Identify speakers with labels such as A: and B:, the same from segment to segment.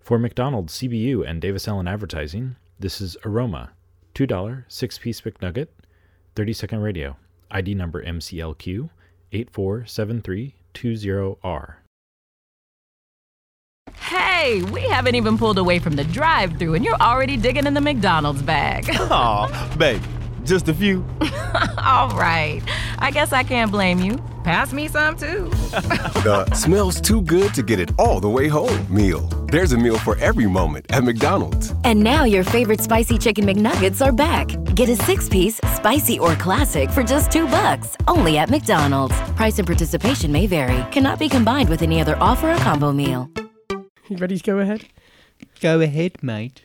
A: For McDonald's, CBU, and Davis Allen Advertising, this is Aroma, $2 six piece McNugget, 30 second radio, ID number MCLQ 847320R.
B: Hey, we haven't even pulled away from the drive through and you're already digging in the McDonald's bag.
C: Aw, babe, just a few.
B: All right. I guess I can't blame you. Pass me some too.
D: The smells too good to get it all the way home meal. There's a meal for every moment at McDonald's.
E: And now your favorite spicy chicken McNuggets are back. Get a six-piece, spicy or classic for just two bucks, only at McDonald's. Price and participation may vary. Cannot be combined with any other offer or combo meal.
F: You ready to go ahead?
G: Go ahead, mate.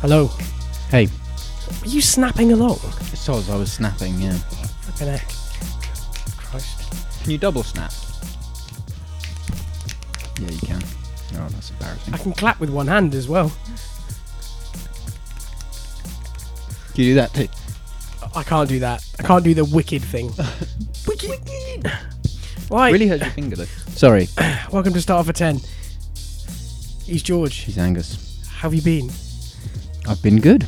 F: Hello.
G: Hey,
F: Were you snapping along?
G: so as I was snapping, yeah.
F: Fucking heck. Christ.
G: Can you double snap? Yeah, you can. Oh, that's embarrassing.
F: I can clap with one hand as well.
G: Can you do that too?
F: I can't do that. I can't do the wicked thing. wicked. Right.
G: Really hurts your finger though. Sorry.
F: Welcome to Start for 10. He's George.
G: She's Angus.
F: How have you been?
G: I've been good.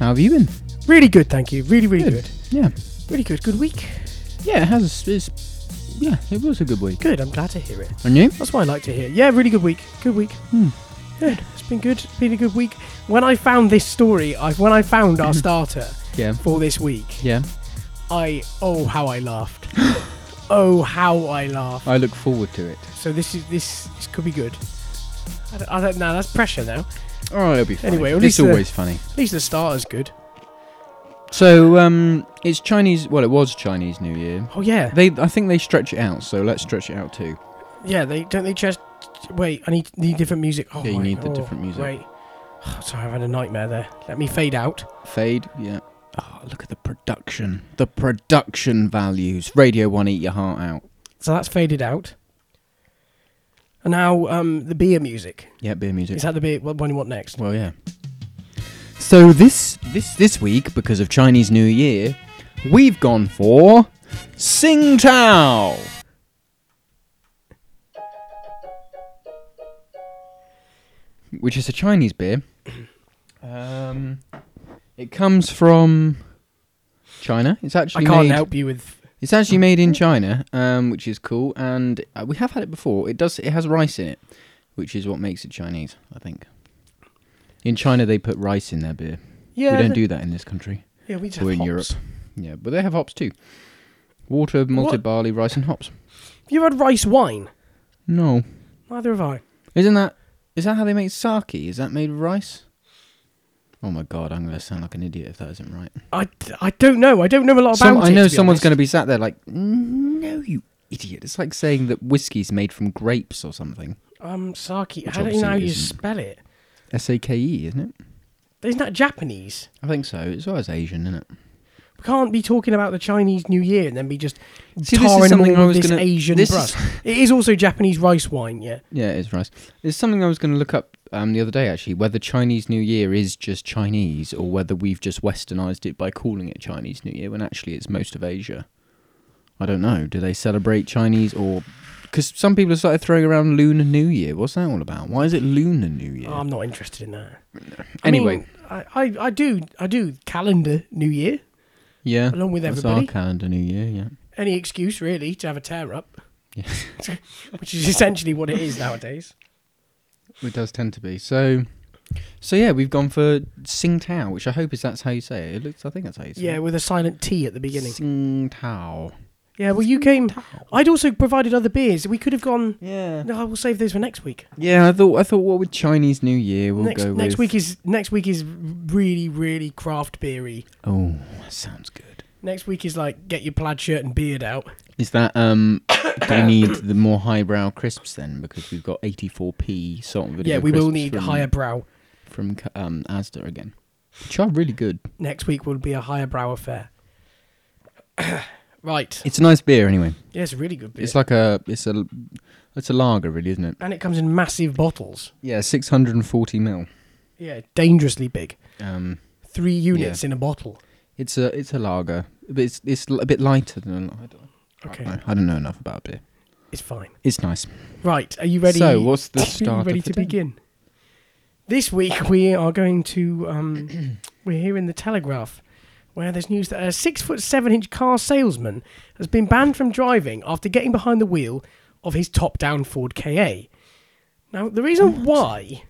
G: How have you been?
F: Really good, thank you. Really, really good.
G: Yeah.
F: Really good. Good week.
G: Yeah, it has. It's, yeah, it was a good week.
F: Good. I'm glad to hear it.
G: And you?
F: That's what I like to hear. Yeah, really good week. Good week.
G: Hmm.
F: Yeah, it's been good. It's been a good week. When I found this story, I, when I found our starter
G: Yeah.
F: for this week,
G: Yeah.
F: I oh how I laughed. oh how I laughed.
G: I look forward to it.
F: So this is this, this could be good. I don't, I don't know. That's pressure now.
G: Oh, it'll be funny.
F: Anyway, at
G: it's
F: least the-
G: always funny.
F: At least the starter's good.
G: So, um, it's Chinese. Well, it was Chinese New Year.
F: Oh yeah,
G: They, I think they stretch it out. So let's stretch it out too.
F: yeah. They don't they just wait. I need need different music. Oh,
G: Yeah, you
F: wait,
G: need the
F: oh,
G: different music.
F: Wait. sorry, I've had a nightmare there. Let me fade out.
G: Fade. Yeah. Oh, look at the production. The production values. Radio One, eat your heart out.
F: So that's faded out. And now um, the beer music.
G: Yeah, beer music.
F: Is that the beer? What one you want next?
G: Well, yeah. So this this this week, because of Chinese New Year, we've gone for Sing Tao. Which is a Chinese beer. Um, it comes from China. It's
F: I
G: actually
F: can't
G: made,
F: help you with.
G: It's actually made in China, um, which is cool. And uh, we have had it before. It does. It has rice in it, which is what makes it Chinese, I think. In China, they put rice in their beer.
F: Yeah,
G: we don't
F: the-
G: do that in this country
F: Yeah, we just
G: or
F: have
G: in Europe.
F: hops.
G: Yeah, but they have hops too. Water, malted
F: What?
G: barley, rice, and hops.
F: Have you had rice wine?
G: No,
F: Neither have I.
G: isn't that is that how they make sake? Is that made of rice? Oh my god, I'm going to sound like an idiot if that isn't right.
F: I, I don't know. I don't know a lot about
G: Some,
F: it.
G: I know someone's
F: going
G: going to be sat there like, no, you idiot. It's like saying that whiskey's made from grapes or something.
F: to. Um, sake.
G: Which
F: How do you know how
G: obviously
F: you
G: isn't.
F: spell it?
G: S A K E, isn't it?
F: Isn't that Japanese?
G: I think so. It's always Asian, isn't it?
F: We can't be talking about the Chinese New Year and then be just
G: See, this is
F: tarring them
G: something
F: all
G: I
F: with
G: was
F: this
G: gonna-
F: Asian
G: this
F: brush.
G: is-
F: it is also Japanese rice wine, yeah.
G: Yeah, it is rice. There's something I was going to look up um, the other day, actually, whether Chinese New Year is just Chinese or whether we've just westernized it by calling it Chinese New Year when actually it's most of Asia. I don't know. Do they celebrate Chinese or. Because some people have started throwing around Lunar New Year. What's that all about? Why is it Lunar New Year?
F: Oh, I'm not interested in that. I
G: anyway.
F: mean, I, I, I do I do calendar New Year.
G: yeah.
F: along with
G: that's
F: everybody.
G: our calendar New Year, yeah.
F: Any excuse really to have a tear up,
G: Yeah.
F: which is essentially what it is nowadays.
G: It does tend to be. So, so yeah, we've gone for Sing Tao, which I hope is that's how you say it. it looks, I think that's how you say
F: Yeah,
G: it.
F: with a silent T at the beginning.
G: Sing Tao.
F: Yeah, well, you came. I'd also provided other beers. We could have gone.
G: Yeah.
F: No, I will save those for next week.
G: Yeah, I thought I thought what with Chinese New Year we'll
F: next
G: go
F: next
G: with.
F: week is next week is really really craft beery.
G: oh, that sounds good.
F: Next week is like get your plaid shirt and beard out.
G: Is that um? do you need the more highbrow crisps then? Because we've got 84p salt and vinegar.
F: yeah, we will
G: crisps
F: need
G: from,
F: higher brow.
G: from Ca- um Asda again, which are really good.
F: Next week will be a higher brow affair. right.
G: It's a nice beer anyway.
F: Yeah, it's a really good beer.
G: It's like a it's a it's a lager really, isn't it?
F: and it comes in massive bottles.
G: Yeah, 640 mil.
F: Yeah, dangerously big.
G: Um,
F: Three units in a bottle.
G: it's a it's a lager, but it's it's a bit lighter than a, I don't,
F: Okay.
G: I, don't know, I don't know enough about beer.
F: It's fine.
G: It's nice.
F: Right, are you ready?
G: So, what's the
F: are you
G: start
F: ready
G: of
F: to
G: the day?
F: begin? This week we are going to. Um, we're here in the Telegraph, where there's news that a six foot seven inch car salesman has been banned from driving after getting behind the wheel of his top down Ford Ka. Now, the reason why,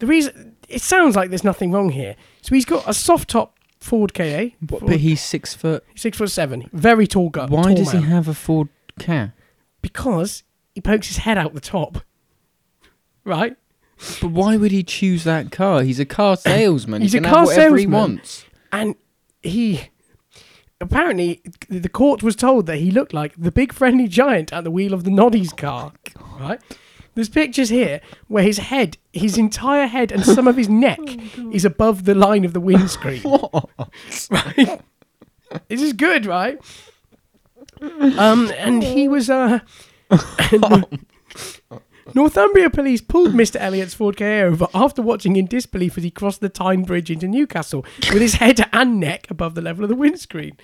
F: the reason it sounds like there's nothing wrong here. So he's got a soft top Ford Ka,
G: What,
F: Ford-
G: but he's six foot.
F: six foot seven, very tall guy.
G: Why
F: tall
G: does
F: man.
G: he have a Ford car?
F: Because he pokes his head out the top. Right?
G: But why would he choose that car? He's a car salesman.
F: He's
G: he
F: a
G: can
F: car
G: have whatever he
F: salesman.
G: wants.
F: And he apparently the court was told that he looked like the big friendly giant at the wheel of the Noddy's car. right? There's pictures here where his head, his entire head and some of his neck is above the line of the windscreen. right? This is good, right? Um, and he was uh Northumbria police pulled Mr. Elliot's Ford Ka over after watching in disbelief as he crossed the Tyne Bridge into Newcastle with his head and neck above the level of the windscreen.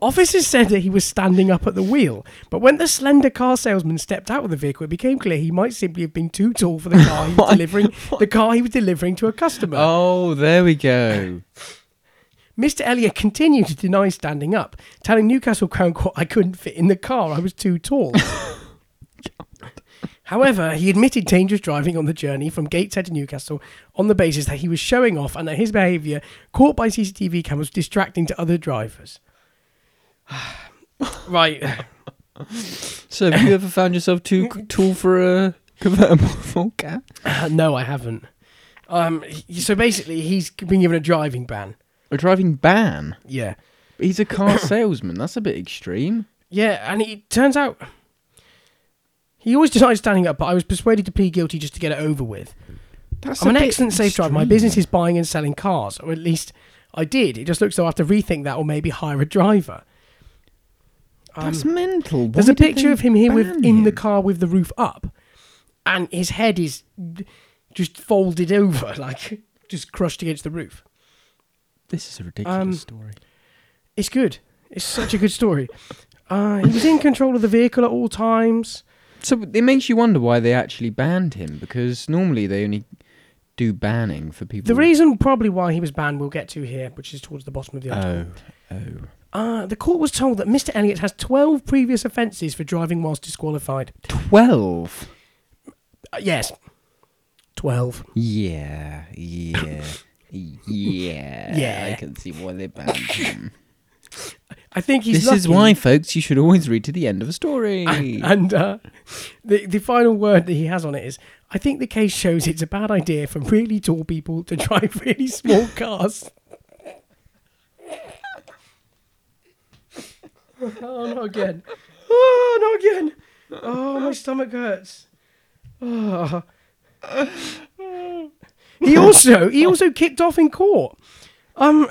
F: Officers said that he was standing up at the wheel, but when the slender car salesman stepped out of the vehicle, it became clear he might simply have been too tall for the car he was delivering. The car he was delivering to a customer.
G: Oh, there we go.
F: Mr. Elliot continued to deny standing up, telling Newcastle Crown Court I couldn't fit in the car, I was too tall. However, he admitted dangerous driving on the journey from Gateshead to Newcastle on the basis that he was showing off and that his behaviour, caught by CCTV cameras, was distracting to other drivers. right.
G: So, have you ever found yourself too c- tall for a convertible car?
F: Uh, no, I haven't. Um, he- so basically, he's been given a driving ban.
G: A driving ban.
F: Yeah.
G: He's a car salesman. That's a bit extreme.
F: Yeah, and it turns out he always denied standing up, but I was persuaded to plead guilty just to get it over with.
G: That's
F: I'm
G: a
F: an
G: bit
F: excellent safe driver. My
G: extreme.
F: business is buying and selling cars, or at least I did. It just looks though I have to rethink that, or maybe hire a driver.
G: That's mental. Why
F: There's a
G: did
F: picture
G: they
F: of him here with
G: ban
F: in the
G: him?
F: car with the roof up, and his head is just folded over, like just crushed against the roof.
G: This is a ridiculous
F: Um,
G: story.
F: It's good. It's such a good story. Uh, he was in control of the vehicle at all times.
G: So it makes you wonder why they actually banned him because normally they only do banning for people.
F: The reason probably why he was banned we'll get to here, which is towards the bottom of the article.
G: Oh, oh.
F: Uh, the court was told that Mr. Elliot has 12 previous offences for driving whilst disqualified.
G: Twelve.
F: Uh, yes. 12.
G: Yeah, yeah, yeah.
F: Yeah.
G: I can see why they banned him.
F: I think he's
G: this is
F: lucky.
G: why, folks, you should always read to the end of a story.
F: And uh, the, the final word that he has on it is I think the case shows it's a bad idea for really tall people to drive really small cars. oh, not again. Oh, not again. Oh, my stomach hurts. Oh. He also he also kicked off in court. Um,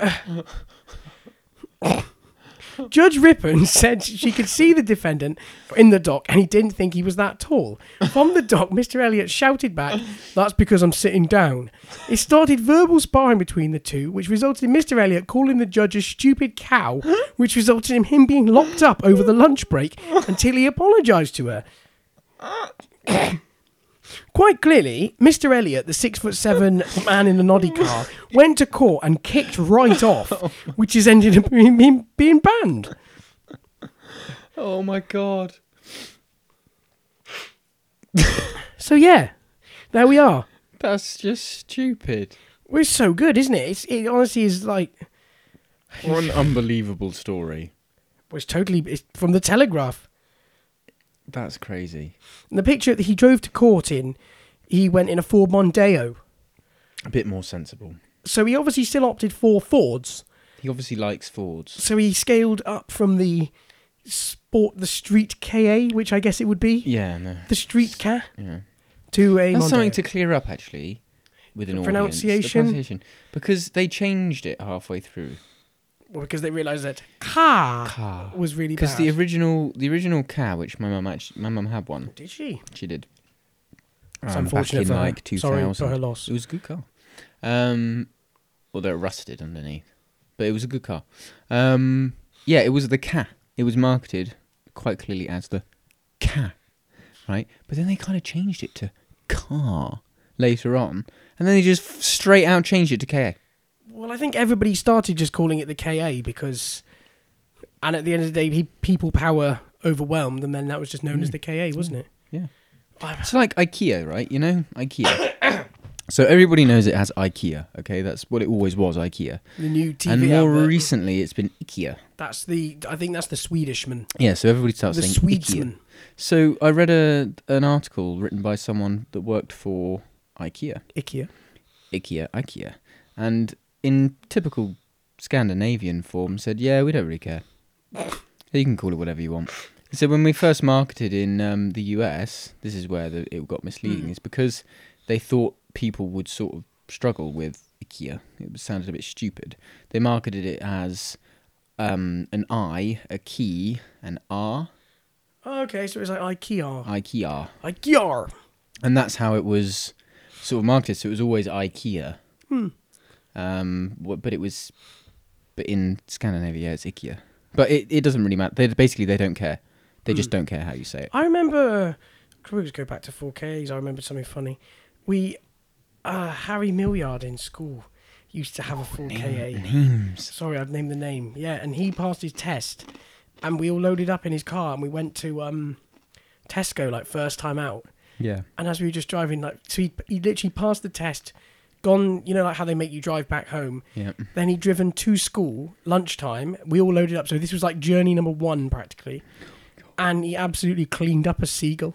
F: Judge Rippon said she could see the defendant in the dock and he didn't think he was that tall. From the dock, Mr. Elliot shouted back, That's because I'm sitting down. It started verbal sparring between the two, which resulted in Mr. Elliot calling the judge a stupid cow, which resulted in him being locked up over the lunch break until he apologised to her. Quite clearly, Mr. Elliot, the six foot seven man in the noddy car, went to court and kicked right off, which has ended up in him being banned.
G: oh my god.
F: So yeah, there we are.
G: That's just stupid.
F: We're so good, isn't it? It's, it honestly is like
G: What an unbelievable story.
F: well, it's totally it's from the Telegraph.
G: That's crazy.
F: And the picture that he drove to court in, he went in a Ford Mondeo.
G: A bit more sensible.
F: So he obviously still opted for Fords.
G: He obviously likes Fords.
F: So he scaled up from the sport, the street Ka, which I guess it would be
G: Yeah, no.
F: the street car,
G: Yeah.
F: to a
G: That's
F: Mondeo.
G: something to clear up, actually, with an audience. The
F: pronunciation?
G: pronunciation. Because they changed it halfway through.
F: Well, because they realised that car,
G: Car.
F: was really
G: Because
F: bad.
G: the original, the original car, which my mum actually, my mum had one.
F: Did she?
G: She did.
F: It's
G: um, back
F: unfortunate
G: in
F: for her.
G: like 2000.
F: Sorry for her loss.
G: It was a good car. Um, although it rusted underneath, but it was a good car. Um, yeah, it was the Ka. It was marketed quite clearly as the Ka, right? But then they kind of changed it to Car later on, and then they just f- straight out changed it to Ka.
F: Well, I think everybody started just calling it the KA because, and at the end of the day, he, people power overwhelmed, and then that was just known
G: Mm.
F: as the KA, wasn't it?
G: Yeah.
F: I-
G: It's like IKEA, right? You know, IKEA. so everybody knows it as IKEA. Okay, that's what it always was, IKEA.
F: The new TV.
G: and more
F: advert.
G: recently, it's been IKEA.
F: that's the. I think that's the Swedishman,
G: Yeah, so everybody starts
F: the
G: saying IKEA.
F: Swedesman.
G: So I read a an article written by someone that worked for IKEA,
F: IKEA.
G: IKEA, IKEA, and in typical Scandinavian form said, "Yeah, we don't really care. you can call it whatever you want." So when we first marketed in um, the US, this is where the, it got misleading,
F: Hmm.
G: is because they thought people would sort of struggle with IKEA. It was- sounded a bit stupid. They marketed it as um, an I, a key, an R,
F: Oh, okay, so it's like IKEA.
G: IKEA.
F: IKEA.
G: and that's how it was sort of marketed. So it was always IKEA,
F: Hmm.
G: um, wha- but it was, but in Scandinavia, yeah, it's IKEA. But it, it doesn't really matter. They basically they don't care. They just
F: Hmm.
G: don't care how you say it.
F: I remember. Can we just go back to 4Ks? I remember something funny. We, uh, Harry Milliard in school used to have a 4KA. names. Sorry, I've named the name. Yeah, and he passed his test, and we all loaded up in his car, and we went to um, Tesco like first time out.
G: Yeah.
F: And as we were just driving, like, so he, he literally passed the test, gone, you know, like how they make you drive back home.
G: Yeah.
F: Then he'd driven to school, lunchtime. We all loaded up. So this was like journey number one, practically. And he absolutely cleaned up a seagull.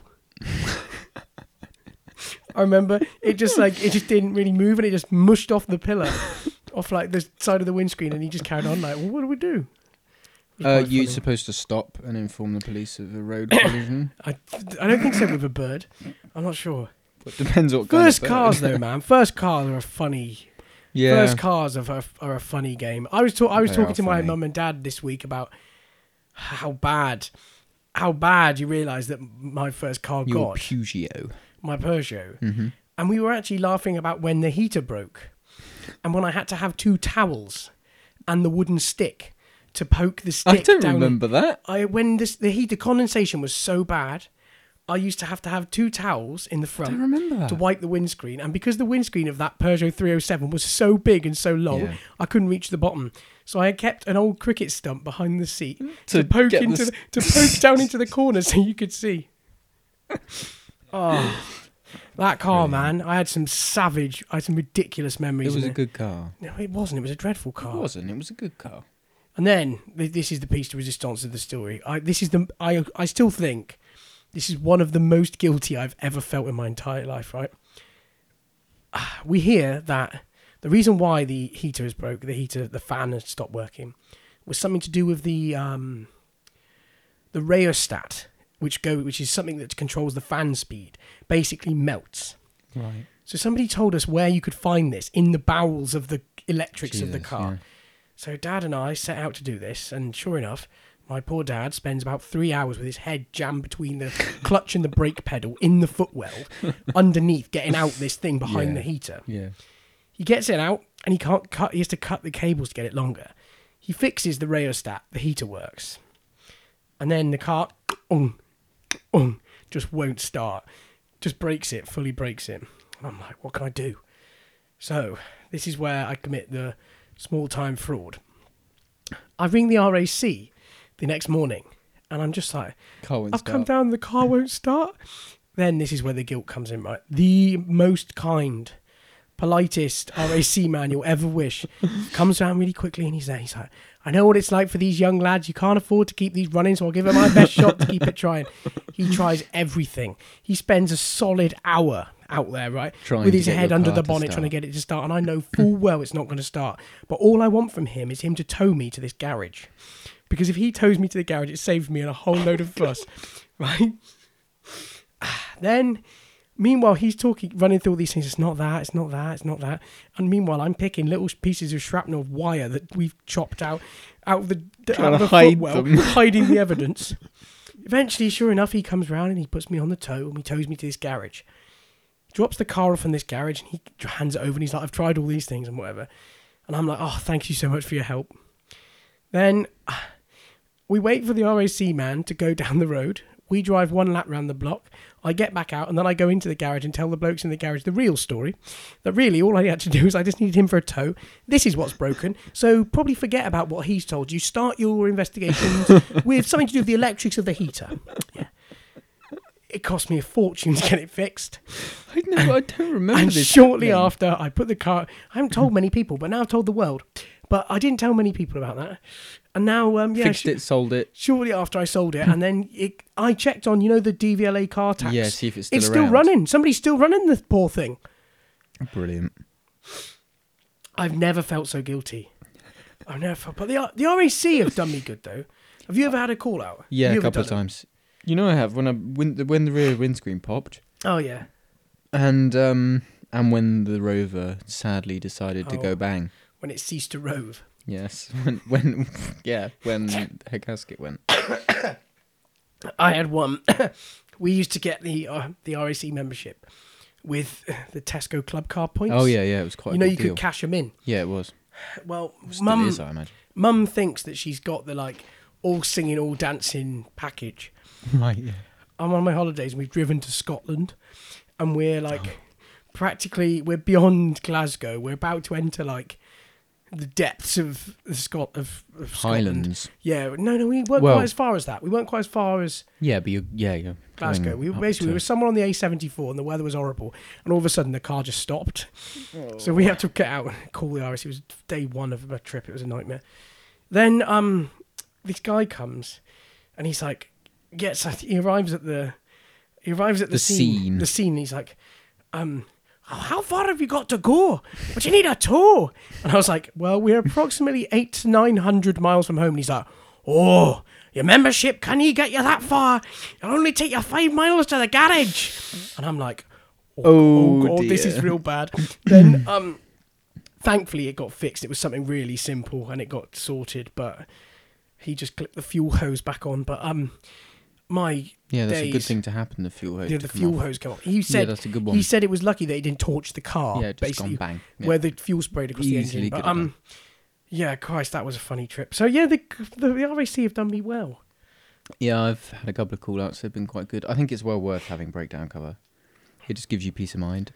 F: I remember it just like, it just didn't really move and it just mushed off the pillar, off like the side of the windscreen. And he just carried on, like, well, what do we do? It was
G: Uh,
F: quite
G: you're
F: funny.
G: supposed to stop and inform the police of a road collision.
F: I, I don't think so with a bird. I'm not sure.
G: It depends what kind
F: First
G: of
F: cars,
G: bird.
F: though, man. First cars are a funny.
G: Yeah.
F: First cars are, a- are a funny game. I was ta- I was
G: They
F: talking
G: are
F: to my
G: funny.
F: mum and dad this week about how bad, how bad you realise that my first car
G: Your
F: got
G: Peugeot. Mm-hmm.
F: my Peugeot, and we were actually laughing about when the heater broke, and when I had to have two towels, and the wooden stick to poke the stick.
G: I don't
F: down
G: remember that.
F: I when this the heater condensation was so bad, I used to have to have two towels in the front
G: remember that.
F: to wipe the windscreen, and because the windscreen of that Peugeot 307 was so big and so long,
G: Yeah.
F: I couldn't reach the bottom. So I kept an old cricket stump behind the seat to,
G: Mm. To
F: poke
G: get the
F: into
G: s-
F: the, to poke down into the corner so you could see. Oh, that car, man! I had some savage, I had some ridiculous
G: It
F: memories.
G: was
F: in
G: a good car.
F: No, it wasn't. It was a dreadful car.
G: It wasn't. It was a good car.
F: And then th- this is the piece de resistance of the story. I, this is the I I still think this is one of the most guilty I've ever felt in my entire life. Right? Ah, We hear that the reason why the heater is broke, the heater, the fan has stopped working, was something to do with the um, the rheostat, which go which is something that controls the fan speed, basically melts.
G: Right.
F: So somebody told us where you could find this in the bowels of the electrics of the
G: Jesus,
F: car.
G: yeah.
F: So dad and I set out to do this, and sure enough, my poor dad spends about three hours with his head jammed between the clutch and the brake pedal in the footwell, underneath getting out this thing behind
G: Yeah.
F: the heater.
G: Yeah.
F: He gets it out, and he can't cut. He has to cut the cables to get it longer. He fixes the rheostat. The heater works, and then the car, um, um, just won't start. Just breaks it. Fully breaks it. And I'm like, what can I do? So this is where I commit the small time fraud. I ring the RAC the next morning, and I'm just like,
G: Car won't
F: I've come
G: start.
F: down, the car won't start. Then this is where the guilt comes in, right? The most kind, politest RAC man you'll ever wish comes down really quickly, and he's there. He's like, I know what it's like for these young lads. You can't afford to keep these running, so I'll give it my best shot to keep it trying. He tries everything. He spends a solid hour out there, right,
G: Trying
F: with
G: to
F: his
G: get
F: head
G: your
F: under
G: car
F: the
G: to
F: bonnet, trying to
G: start.
F: get it to start. And I know full well it's not going to start. But all I want from him is him to tow me to this garage because if he tows me to the garage, it saves me and a whole load of fuss, right? Then, meanwhile, he's talking, running through all these things. It's not that. It's not that. It's not that. And meanwhile, I'm picking little pieces of shrapnel of wire that we've chopped out out of the out
G: to
F: of the
G: hide
F: footwell,
G: them.
F: hiding the evidence. Eventually, sure enough, he comes round and he puts me on the tow and he tows me to this garage. drops the car off in this garage and he hands it over and he's like, I've tried all these things and whatever. And I'm like, oh, thank you so much for your help. Then we wait for the RAC man to go down the road. We drive one lap round the block. I get back out and then I go into the garage and tell the blokes in the garage the real story. That really all I had to do is I just needed him for a tow. This is what's broken. So probably forget about what he's told you. Start your investigations with something to do with the electrics of the heater. Yeah. It cost me a fortune to get it fixed.
G: I, know, I don't remember
F: And
G: this.
F: shortly
G: happening.
F: after, I put the car. I haven't told many people, but now I've told the world. But I didn't tell many people about that. And now, um, yeah,
G: fixed
F: sh-
G: it, sold it.
F: shortly after I sold it, and then it, I checked on you know the DVLA car tax.
G: Yeah, see if it's still
F: it's
G: around.
F: still running. Somebody's still running the poor thing.
G: Brilliant.
F: I've never felt so guilty. I've never felt. But the R- the RAC have done me good though. Have you ever had a call out?
G: Yeah,
F: You
G: a
F: ever
G: couple of
F: done
G: times. You know, I have when I when the, when the rear windscreen popped,
F: it? Oh yeah.
G: and um and when the rover sadly decided to
F: Oh.
G: go bang.
F: When it ceased to rove.
G: Yes, when when yeah when her casket went.
F: I had one. we used to get the uh, the RAC membership with the Tesco Club Card points.
G: Oh yeah, yeah, it was quite.
F: You
G: a
F: know
G: big
F: you
G: deal.
F: could cash them in.
G: Yeah, it was.
F: Well,
G: Still
F: mum
G: is, I imagine.
F: Mum thinks that she's got the like all singing, all dancing package.
G: Right. Yeah.
F: I'm on my holidays and we've driven to Scotland and we're like practically we're beyond Glasgow. We're about to enter like the depths of the Scot of, of Scotland.
G: Highlands.
F: Yeah, no, no, we weren't
G: Well-
F: quite as far as that. We weren't quite as far as
G: Yeah, but you yeah you're
F: Glasgow.
G: going
F: We were
G: up
F: basically we
G: to-
F: were somewhere on the A74 and the weather was horrible. And all of a sudden the car just stopped. So we had to get out and call the RS. It was day one of my trip. It was a nightmare. Then um, this guy comes and he's like, gets he arrives at the he arrives at the,
G: The
F: scene,
G: scene.
F: The scene. He's like, um. "Oh, How far have you got to go? But you need a tow. And I was like, Well, we're approximately eight to nine hundred miles from home. And he's like, Oh, your membership can you get you that far? It'll only take you five miles to the garage. And I'm like,
G: Oh,
F: oh, God, this
G: dear.
F: is real bad. then, um, thankfully, it got fixed. It was something really simple, and it got sorted. But he just clipped the fuel hose back on. But um, my
G: Yeah, that's
F: days,
G: a good thing to happen. The fuel hose.
F: Yeah,
G: to
F: the
G: come
F: fuel
G: off.
F: hose came off. He said
G: that's a good one.
F: He said it was lucky that he didn't torch the car.
G: Yeah, just gone
F: basically,
G: bang. Yeah.
F: Where the fuel sprayed across the
G: Easily
F: engine. But,
G: could have
F: um,
G: done.
F: yeah, Christ, that was a funny trip. So yeah, the the, the RAC have done me well.
G: Yeah, I've had a couple of call outs. They've been quite good. I think it's well worth having breakdown cover. It just gives you peace of mind.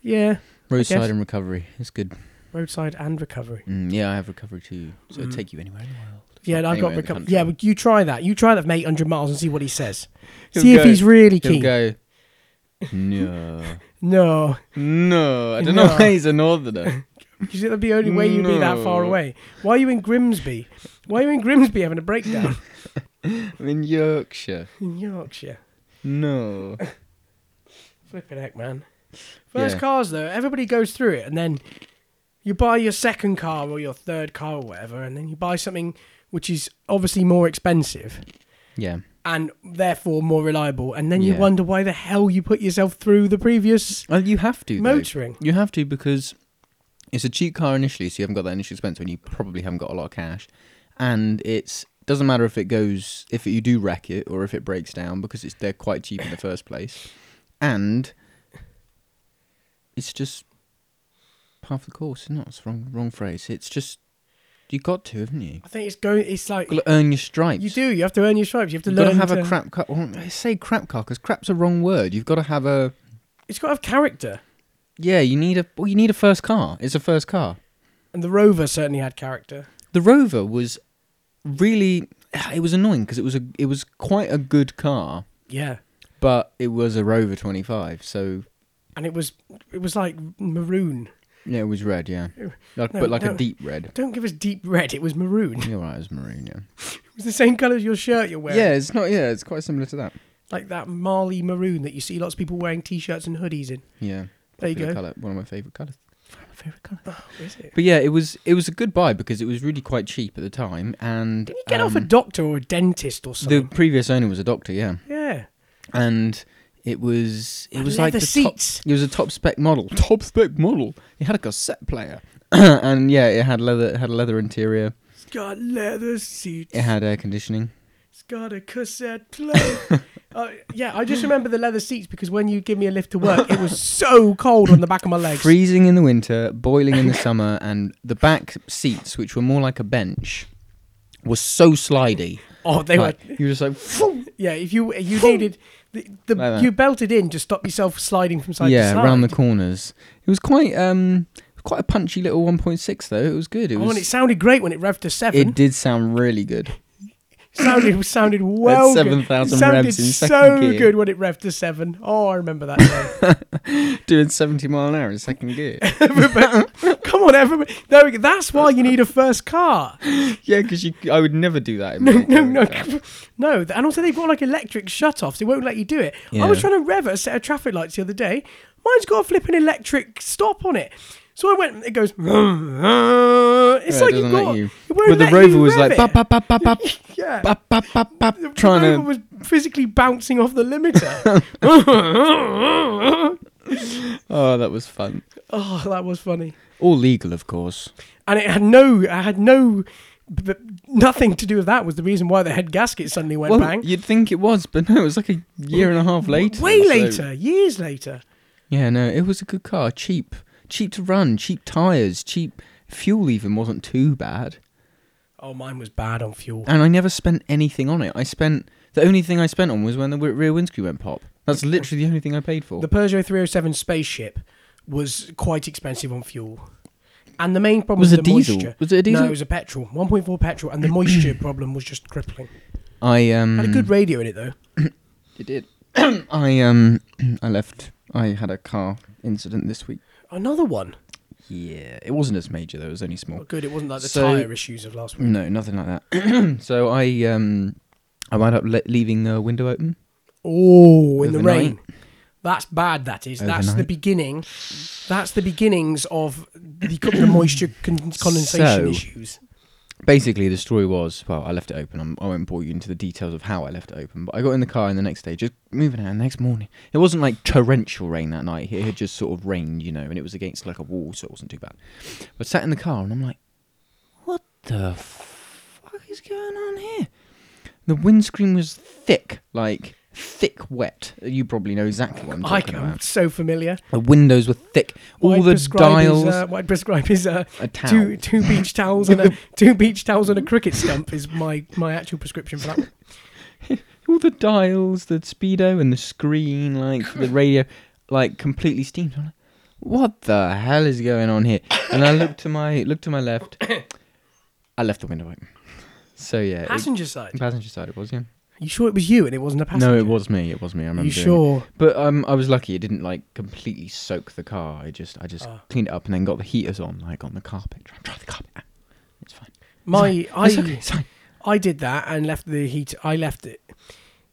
F: Yeah,
G: Roadside and recovery is good.
F: roadside and recovery.
G: Mm, yeah, I have recovery too. So
F: Mm.
G: it'll take you anywhere in the world.
F: Yeah, and I've
G: Anywhere
F: got
G: in the
F: recovery.
G: country.
F: Yeah, but you try that. You try that from 800 miles and see what he says.
G: He'll
F: see if
G: go-
F: he's really
G: He'll
F: keen.
G: go. No,
F: No,
G: no. I don't know
F: No.
G: why he's a northerner.
F: because that'd be the only way you'd be that far
G: No.
F: away. Why are you in Grimsby? Why are you in Grimsby having a breakdown
G: I'm in Yorkshire.
F: in Yorkshire?
G: No.
F: Flipping heck, man. First
G: Yeah.
F: cars though, everybody goes through it, and then you buy your second car or your third car or whatever, and then you buy something which is obviously more expensive
G: Yeah.
F: and therefore more reliable, and then
G: Yeah.
F: you wonder why the hell you put yourself through the previous.
G: Well, you have to. though.
F: Motoring.
G: You have to because it's a cheap car initially, so you haven't got that initial expense when you probably haven't got a lot of cash, and it's doesn't matter if it goes if you do wreck it or if it breaks down because it's they're quite cheap in the first place, and it's just part of the course. No, it's wrong wrong phrase. It's just you got to, haven't you?
F: I think it's going. It's like
G: You've got to earn your stripes.
F: You do. You have to earn your stripes. You have to
G: You've got to
F: learn.
G: have a
F: to-
G: crap car. Well, I say crap car because crap's a wrong word. You've got to have a
F: It's got to have character,
G: yeah. You need a well. You need a first car. It's a first car.
F: and the Rover certainly had character.
G: the rover was really it was annoying because it was a it was quite a good car
F: Yeah,
G: but it was a rover 25 so
F: and it was it was like maroon.
G: yeah it was red yeah like,
F: No,
G: but like
F: no.
G: a deep red
F: Don't give us deep red. It was maroon. It
G: you're right it was maroon yeah
F: was the same colour as your shirt you're wearing.
G: yeah it's not yeah it's quite similar to that
F: like that Marley maroon that you see lots of people wearing t-shirts and hoodies in.
G: yeah
F: There you
G: Popular
F: go. Oh,
G: colour, one of my favorite colors favorite color
F: Is it?
G: but yeah it was it was a good buy because it was really quite cheap at the time and
F: Didn't you get off a
G: um,
F: doctor or a dentist or
G: the
F: something?
G: previous owner was a doctor yeah
F: yeah.
G: and it was it
F: And
G: was like
F: leather
G: the top-
F: seats.
G: it was a top spec model. Top spec model. It had a cassette player, and yeah, it had leather. It had a leather interior.
F: It's got leather seats.
G: It had air conditioning.
F: It's It's got a cassette player. uh, yeah, I just remember the leather seats because when you give me a lift to work, it was so cold on the back of my legs.
G: Freezing in the winter, boiling in the summer, and the back seats, which were more like a bench, were so slidey.
F: Oh, they
G: Like,
F: were.
G: you were just like,
F: Yeah, if you you needed the, the
G: Like that.
F: you belted in to stop yourself sliding from side to
G: yeah,
F: side.
G: around the corners. It was quite um quite a punchy little 1.6 though. It was good. It
F: Oh,
G: was.
F: and it sounded great when it revved to seven.
G: it did sound really good.
F: sounded sounded well. good.
G: 7,000
F: Sounded
G: revs in
F: so
G: second gear.
F: good when it revved to seven. Oh, I remember that. Day.
G: Doing 70 mile an hour in second gear.
F: Come on, everybody. There we go. That's why you need a first car.
G: yeah, because you I would never do that. In
F: No, no, no, no. And also, they've got like electric shut-offs. They won't let you do it. I was
G: Yeah.
F: trying to rev at a set of traffic lights the other day. Mine's got a flipping electric stop on it. So I went. It goes. It's
G: Yeah, it
F: like you
G: doesn't let
F: got.
G: you.
F: it won't
G: But the
F: let you
G: rover was
F: rev
G: like
F: it.
G: bop bop bop bop bop
F: Yeah.
G: bop bop bop
F: The
G: bop trying
F: rover
G: to
F: was physically bouncing off the limiter.
G: Oh, that was fun.
F: oh, that was funny.
G: All legal, of course.
F: and it had no, it had no, b- b- nothing to do with that. Was the reason why the head gasket suddenly went
G: Well,
F: bang?
G: you'd think it was, but no, it was like a year and a half later.
F: Way
G: so-
F: later, years later.
G: Yeah, no, it was a good car. Cheap, cheap to run, cheap tires, cheap fuel. Even wasn't too bad,
F: Oh, mine was bad on fuel.
G: and I never spent anything on it. I spent the only thing I spent on was when the wi- rear windscreen went pop. That's literally the only thing I paid for.
F: The Peugeot 307 spaceship was quite expensive on fuel. And the main problem
G: Was
F: was,
G: it
F: the
G: diesel?
F: moisture.
G: Was it a diesel?
F: No, it was a petrol, 1.4 petrol, and the moisture problem was just crippling.
G: I um,
F: Had a good radio in it though.
G: It did. I um, I left. I had a car incident this week.
F: Another one.
G: Yeah, it wasn't as major though. It was only small.
F: Oh, good, it wasn't like the
G: So-
F: tyre issues of last week.
G: No, nothing like that. so I um, I wound up le- leaving the window open.
F: Oh, in the
G: Overnight.
F: rain. That's bad. That is. That's the
G: Overnight.
F: beginning. That's the beginnings of the, co- the moisture con- condensation
G: So-
F: issues.
G: Basically, the story was well, I left it open. I'm, I won't bore you into the details of how I left it open, but I got in the car and the next day, just moving out. The next morning, it wasn't like torrential rain that night. It had just sort of rained, you know, and it was against like a wall, so it wasn't too bad. But sat in the car and I'm like, what the fuck is going on here? The windscreen was thick, like thick wet. You probably know exactly what I'm
F: I
G: talking
F: am
G: about.
F: so familiar.
G: The windows were thick.
F: What
G: All
F: I
G: the
F: prescribe is,
G: dials.
F: uh, what I prescribe is uh,
G: A towel.
F: two two beach towels and a two beach towels and a cricket stump is my my actual prescription for that. One.
G: all the dials, the speedo, and the screen, like the radio, like completely steamed. I'm like, what the hell is going on here? And I looked to my looked to my left. I left the window open. So yeah, it-
F: Passenger side.
G: passenger side it was yeah.
F: You sure it was you and it wasn't a passenger?
G: No, it was me. It was me. I remember.
F: You
G: doing it.
F: sure?
G: But um, I was lucky. It didn't like completely soak the car. I just I
F: Ah.
G: just cleaned it up and then got the heaters on, like on the carpet. Try, try the carpet. out. It's fine.
F: My I
G: It's okay. It's fine.
F: I did that and left the heat. I left it,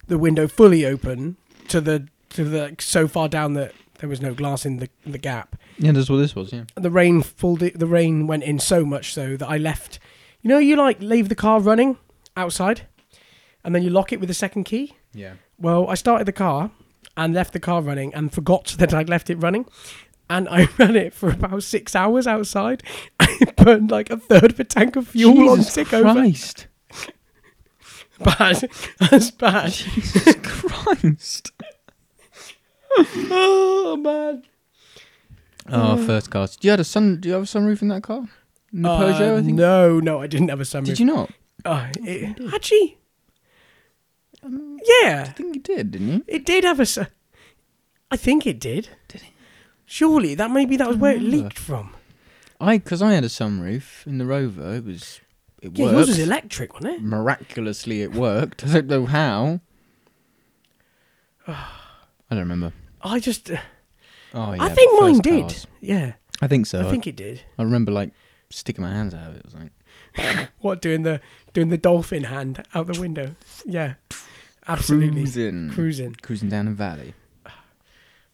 F: the window fully open to the to the so far down that there was no glass in the the gap.
G: Yeah, that's what this was. Yeah.
F: The rain pulled it. The rain went in so much so that I left. You know, you like leave the car running outside, and then you lock it with the second key.
G: Yeah.
F: Well, I started the car and left the car running and forgot that I'd left it running. And I ran it for about six hours outside. I burned like a third of a tank of fuel
G: Jesus
F: on tick over.
G: Christ.
F: Bad. That's bad.
G: Jesus Christ.
F: Oh man.
G: Oh, first car. Do you had a sun? Do you have a sunroof in that car? In the
F: Mm. Uh,
G: Peugeot, I think.
F: No, no, I didn't have a sunroof.
G: Did you not?
F: Uh, it, had she?
G: Um,
F: yeah,
G: I think you did, didn't you?
F: it did have a. Su- I think it did. Did it? Hmm. Surely that maybe that was where it leaked from.
G: I because I had a sunroof in the Rover. It was. It
F: Yeah,
G: worked.
F: yours was electric, wasn't it?
G: Miraculously, it worked. I don't know how. I don't remember.
F: I just, uh,
G: Oh yeah.
F: I think
G: but
F: mine
G: first
F: did.
G: cars.
F: Yeah,
G: I think so.
F: I think it did.
G: I remember like sticking my hands out of it. It was like
F: What doing the doing the dolphin hand out the window? Yeah, absolutely
G: cruising,
F: Mm. Cruising.
G: cruising down a valley.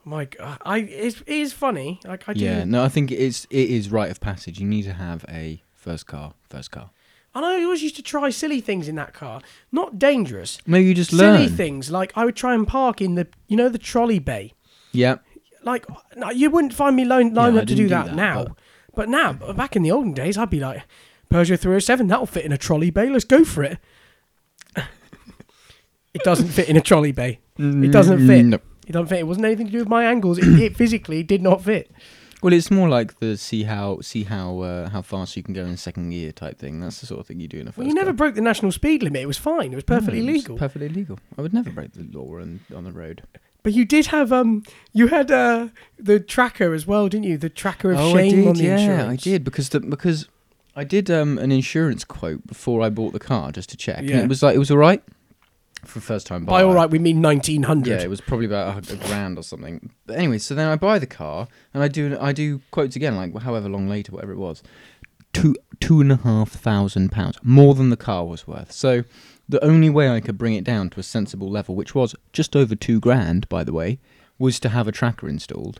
F: My God, I it's, it is funny. Like I do.
G: Yeah. No, I think it's it is rite of passage. You need to have a oh, first car. First car.
F: And I always used to try silly things in that car. Not dangerous.
G: Maybe you just
F: silly
G: learn.
F: things like I would try and park in the you know the trolley bay.
G: Yeah.
F: Like no, you wouldn't find me line,
G: I
F: lined up to
G: didn't
F: do
G: do
F: that,
G: that,
F: now. But,
G: but-
F: now, but back in the olden days, oh I'd be like Peugeot 307. That'll fit in a trolley bay. Let's go for it. It doesn't fit in a trolley bay. It doesn't fit.
G: Mm, no.
F: It doesn't fit. It wasn't anything to do with my angles. It, it physically did not fit.
G: Well, it's more like the see how see how uh, how fast you can go in second gear type thing. That's the sort of thing you do in a first.
F: Well, you never
G: car.
F: broke the national speed limit. It was fine. It was perfectly
G: Mm, It's
F: legal.
G: Perfectly legal. I would never break the law on, on the road.
F: but you did have um, you had uh, the tracker as well, didn't you? The tracker of
G: oh,
F: shame
G: I did.
F: on the
G: yeah,
F: insurance.
G: I did because the, because I did um, an insurance quote before I bought the car just to check.
F: Yeah.
G: And it was like it was all right for a first time buyer.
F: By all right, we mean 1900.
G: Yeah, it was probably about a a grand or something. But anyway, so then I buy the car and I do I do quotes again, like however long later, whatever it was. Two two and a half thousand pounds more than the car was worth. So the only way I could bring it down to a sensible level, which was just over two grand, by the way, was to have a tracker installed,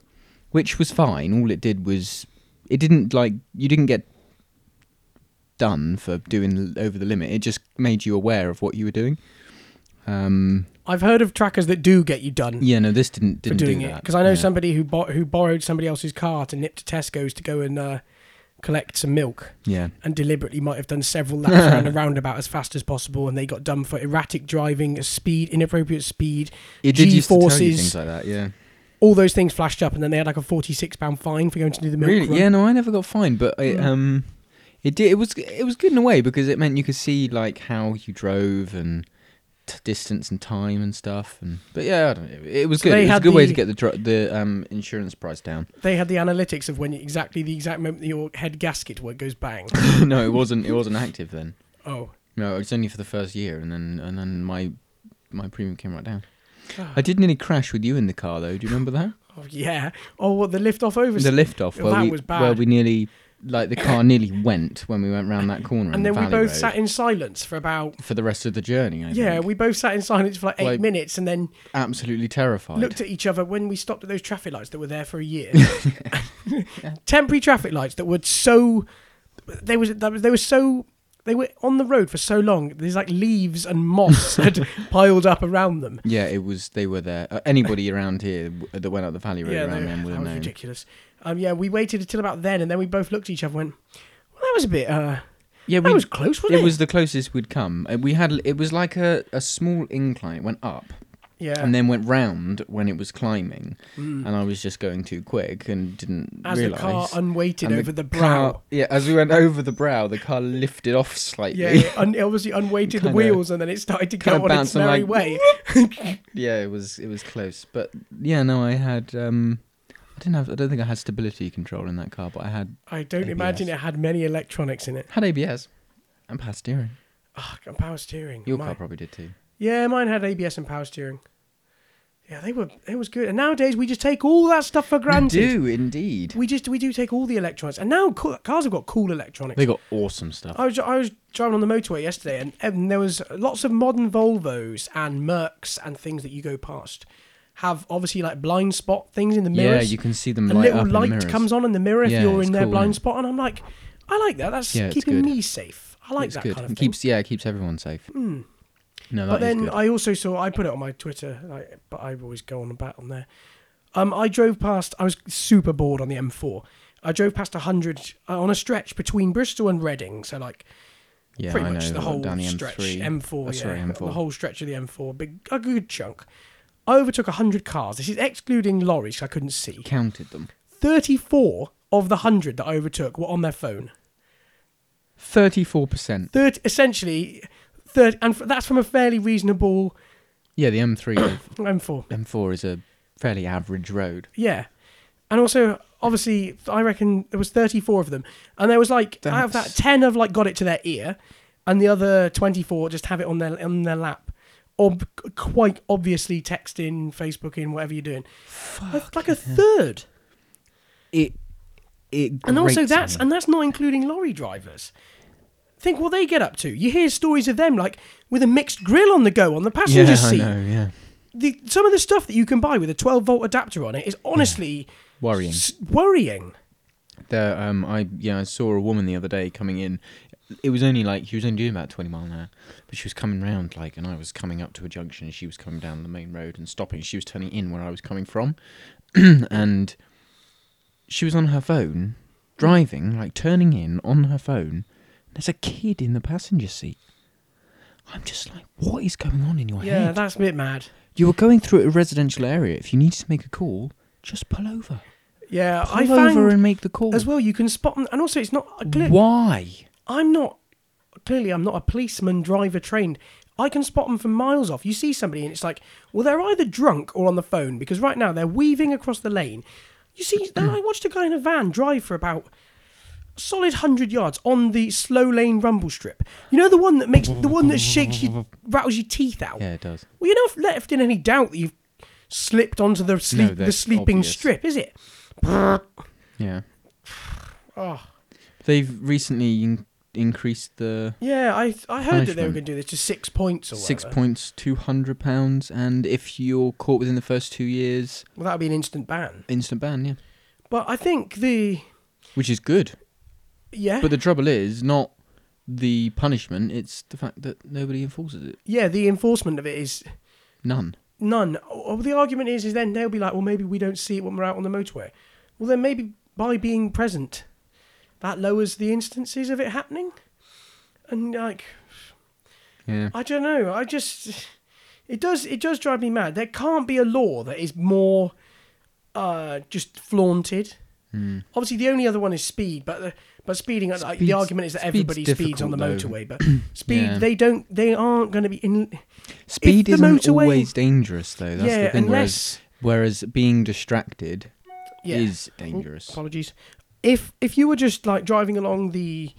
G: which was fine. All it did was it didn't like you didn't get done for doing over the limit. It just made you aware of what you were doing. Um,
F: I've heard of trackers that do get you done.
G: yeah, no, this didn't
F: for
G: didn't
F: doing
G: do
F: it
G: that.
F: because I know
G: Yeah.
F: somebody who bought who borrowed somebody else's car to nip to Tesco's to go and uh, collect some milk
G: Yeah,
F: and deliberately might have done several laps around a roundabout as fast as possible and they got done for erratic driving, speed, inappropriate speed,
G: it did
F: G
G: used to tell you
F: forces,
G: things like that. Yeah,
F: all those things flashed up and then they had like a forty six pound fine for going to do the milk.
G: really?
F: run. Mm.
G: Yeah, no, I never got fined, but it, um, it did. It was it was good in a way because it meant you could see like how you drove and t- distance and time and stuff. And but yeah, I don't know. It was
F: So
G: good.
F: they
G: It was a
F: had
G: good way
F: the-
G: to get the dr- the um insurance price down.
F: They had the analytics of when exactly the exact moment that your head gasket work goes bang.
G: no, it wasn't. It wasn't active then.
F: oh.
G: No, it was only for the first year, and then and then my my premium came right down. I did nearly crash with you in the car though. Do you remember that?
F: oh yeah. Oh what the lift off over
G: the lift off
F: Well,
G: where
F: that
G: we
F: was bad.
G: where we nearly like the car nearly went when we went round that corner on
F: and
G: the
F: then we
G: valley
F: both
G: road
F: sat in silence for about
G: for the rest of the journey. I
F: yeah,
G: think.
F: we both sat in silence for like eight
G: Like-
F: minutes and then
G: absolutely terrified.
F: looked at each other when we stopped at those traffic lights that were there for a year. Temporary traffic lights that were so they was that was- they were so they were on the road for so long. There's like leaves and moss had piled up around them.
G: yeah, it was. They were there. Uh, anybody around here w- that went up the valley road
F: Yeah,
G: around
F: they-
G: then would
F: that was
G: have known.
F: ridiculous. Um, yeah, we waited until about then, and then we both looked at each other. and Went, well, that was a bit. Uh,
G: Yeah,
F: That was close, wasn't it?
G: was the closest we'd come. Uh, We had. It was like a, a small incline. It went up.
F: yeah. Mm.
G: And then went round when it was climbing, and I was just going too quick and didn't
F: as
G: realize.
F: the car unweighted
G: And
F: over the
G: car-
F: brow.
G: yeah, as we went over the brow, the car lifted off slightly.
F: yeah, it, un- it obviously unweighted the
G: Kinda-
F: wheels, and then it started to
G: kinda
F: go on its
G: bouncing
F: merry
G: like-
F: way.
G: Yeah, it was it was close, but yeah, no, I had um, I didn't have I don't think I had stability control in that car, but I had
F: I don't imagine it
G: ABS.
F: had many electronics in it.
G: had ABS and power steering.
F: Oh, and power steering.
G: Your
F: My-
G: car probably did too.
F: Yeah, mine had ABS and power steering. Yeah, they were. It was good. And nowadays we just take all that stuff for
G: We
F: granted.
G: do indeed.
F: We just we do take all the electronics, and now cool, cars have got cool electronics.
G: they got awesome stuff.
F: I was I was driving on the motorway yesterday, and, and there was lots of modern Volvos and Mercs and things that you go past have obviously like blind spot things in the
G: Yeah,
F: mirrors.
G: you can see them
F: A
G: light
F: little
G: up in the
F: light
G: mirrors.
F: comes on in the mirror if
G: Yeah,
F: you're
G: it's
F: in their
G: cool,
F: blind
G: innit?
F: spot, and I'm like, I like that. That's
G: Yeah, it's
F: keeping
G: good.
F: me safe. I like
G: it's
F: that
G: good.
F: kind of
G: it
F: thing. Hmm.
G: keeps yeah, it keeps everyone safe. No, that
F: But
G: is
F: then
G: good.
F: I also saw I put it on my Twitter, like, but I always go on about on there. Um, I drove past. I was super bored on the M4. I drove past hundred uh, on a stretch between Bristol and Reading, so like
G: yeah,
F: pretty
G: I
F: much
G: know,
F: the whole
G: down the M3,
F: stretch
G: oh,
F: M4, yeah,
G: sorry, M4.
F: the whole stretch of the M4, big a good chunk. I overtook hundred cars. This is excluding lorries. 'cause I couldn't see.
G: counted them.
F: Thirty-four of the hundred that I overtook were on their phone.
G: Thirty-four percent.
F: Thirty, essentially, thirty, and f- that's from a fairly reasonable
G: Yeah, the M3 of
F: M4.
G: M4 is a fairly average road.
F: Yeah, and also obviously I reckon there was thirty four of them, and there was like out of that
G: That's-
F: ten have like got it to their ear, and the other twenty four just have it on their on their lap, ob- quite obviously texting, Facebooking, whatever you're doing. That's like a third,
G: It it
F: and also
G: grates on
F: that's
G: me.
F: and that's not including lorry drivers. Think what they get up to. You hear stories of them like with a mixed grill on the go on the
G: yeah,
F: passenger
G: I
F: seat.
G: know, yeah.
F: The, some of the stuff that you can buy with a 12 volt adapter on it is honestly
G: Worrying.
F: s- worrying.
G: There, um, I yeah, I saw a woman the other day coming in. It was only like she was only doing about twenty mile an hour, but she was coming round like, and I was coming up to a junction, and she was coming down the main road and stopping. She was turning in where I was coming from, and she was on her phone, driving, like turning in on her phone. There's a kid in the passenger seat. I'm just like, what is going on in your
F: Yeah,
G: head?
F: that's a bit mad.
G: you were going through a residential area. If you needed to make a call, just pull over.
F: Yeah,
G: Pull
F: I found
G: over and make the call.
F: as well. You can spot, 'em- and also it's not clear.
G: Why?
F: I'm not clearly. I'm not a policeman driver trained. I can spot them from miles off. You see somebody, and it's like, well, they're either drunk or on the phone because right now they're weaving across the lane. You see, then
G: Mm.
F: I watched a guy in a van drive for about a solid hundred yards on the slow lane rumble strip. You know the one that makes the one that shakes you, rattles your teeth out.
G: Yeah, it does.
F: Well, you're not left in any doubt that you've slipped onto the sleep, the
G: that's
F: sleeping
G: obvious.
F: strip, is it?
G: Yeah.
F: Oh.
G: They've recently in- increased the
F: Yeah, I I heard that they were
G: Punishment.
F: going to do this to six points or
G: six
F: whatever.
G: points to hundred pounds, and if you're caught within the first two years,
F: Well, that would be an instant ban.
G: instant ban. Yeah,
F: But I think the
G: which is good.
F: yeah
G: But the trouble is not the punishment; it's the fact that nobody enforces it.
F: yeah the enforcement of it is
G: None.
F: none. Well, the argument is is then they'll be like, well, maybe we don't see it when we're out on the motorway. Well, then maybe by being present, that lowers the instances of it happening. And like,
G: Yeah.
F: I don't know. I just it does it does drive me mad. There can't be a law that is more uh just flaunted. Obviously, the only other one is speed, but the, but speeding. Like, the
G: Hmm. Speed's-
F: argument is that
G: speed's
F: everybody speeds on the
G: difficult, though.
F: motorway, but speed
G: Yeah.
F: they don't they aren't going to be in.
G: Speed
F: if the
G: isn't
F: motorway-
G: always dangerous, though. That's
F: yeah,
G: the thing.
F: unless
G: Whereas, whereas being distracted
F: yeah. Oh,
G: is dangerous.
F: Apologies. If if you were just like driving along the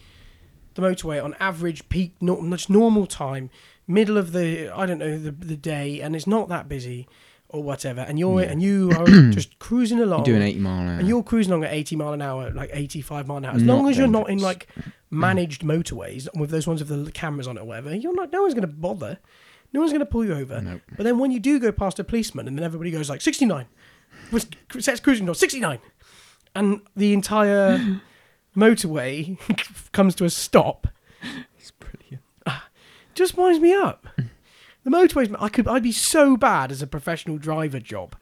F: the motorway on average peak nor- just normal time, middle of the I don't know the, the day, and it's not that busy or whatever, and you're and you are just cruising along,
G: Doing 80 mile an hour.
F: and you're cruising along at eighty mile an hour, like eighty five mile an hour. As
G: Not
F: long as you're not in
G: dangerous.
F: like managed motorways with those ones with the cameras on it or whatever, you're not. No one's going to bother. No one's going to pull you over.
G: Nope.
F: But then when you do go past a policeman, and then everybody goes like sixty nine, sets cruising control sixty nine, and the entire motorway comes to a stop. Ah,
G: It's brilliant.
F: Just winds me up. The motorways, I could, I'd be so bad as a professional driver job.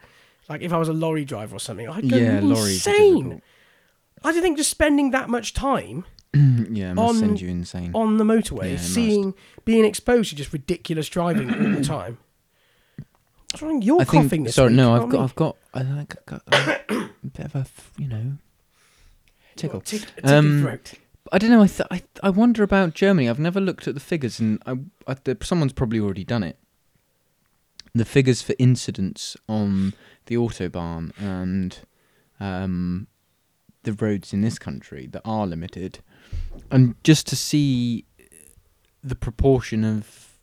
F: Like if I was a lorry driver or something, I'd go
G: Yeah, lorries are
F: insane. I do think just spending that much time
G: Mm, Yeah, it must
F: On-
G: send you insane.
F: on the motorway,
G: Yeah, must.
F: seeing, being exposed to just ridiculous driving all the time. What's wrong? You're
G: I
F: coughing
G: think.
F: this.
G: Sorry,
F: week,
G: no,
F: not
G: I've got,
F: me.
G: I've got, I think I've got a bit of a, f- you know, tickle.
F: Tick- tickly
G: Um,
F: throat.
G: I don't know. I, th- I I wonder about Germany. I've never looked at the figures, and I, I th- someone's probably already done it. The figures for incidents on the autobahn and um, the roads in this country that are limited, and just to see the proportion of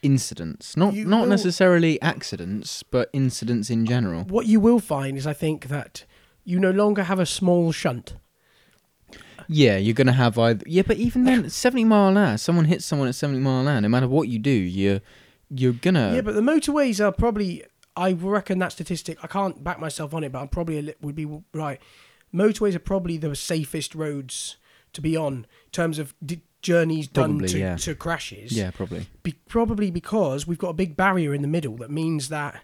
G: incidents, not
F: You
G: not
F: will-
G: necessarily accidents, but incidents in general.
F: What you will find is, I think that you no longer have a small shunt.
G: Yeah, you're gonna have either. Yeah, but even then, at seventy mile an hour. Someone hits someone at seventy mile an hour. No matter what you do, you're you're gonna.
F: Yeah, but the motorways are probably. I reckon that statistic. I can't back myself on it, but I'm probably a li- would be right. Motorways are probably the safest roads to be on in terms of d- journeys
G: Probably,
F: done to,
G: yeah.
F: to crashes.
G: yeah, probably.
F: Be- probably because we've got a big barrier in the middle that means that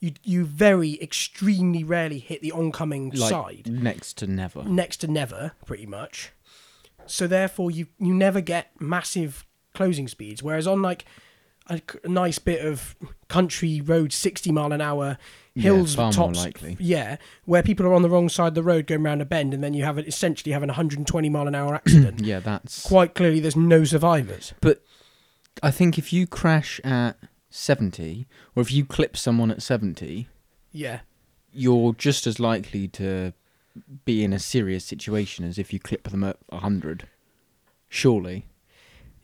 F: you you very extremely rarely hit the oncoming
G: Like
F: side
G: next to never.
F: next to never, pretty much. So therefore, you you never get massive closing speeds. Whereas on like a, c- a nice bit of country road, sixty mile an hour hills,
G: far more
F: tops,
G: likely.
F: yeah, where people are on the wrong side of the road going round a bend, and then you have it essentially have an one hundred and twenty mile an hour accident.
G: Yeah, that's.
F: Quite clearly, there's no survivors.
G: but I think if you crash at seventy, or if you clip someone at seventy,
F: Yeah,
G: you're just as likely to be in a serious situation as if you clip them at hundred. Surely.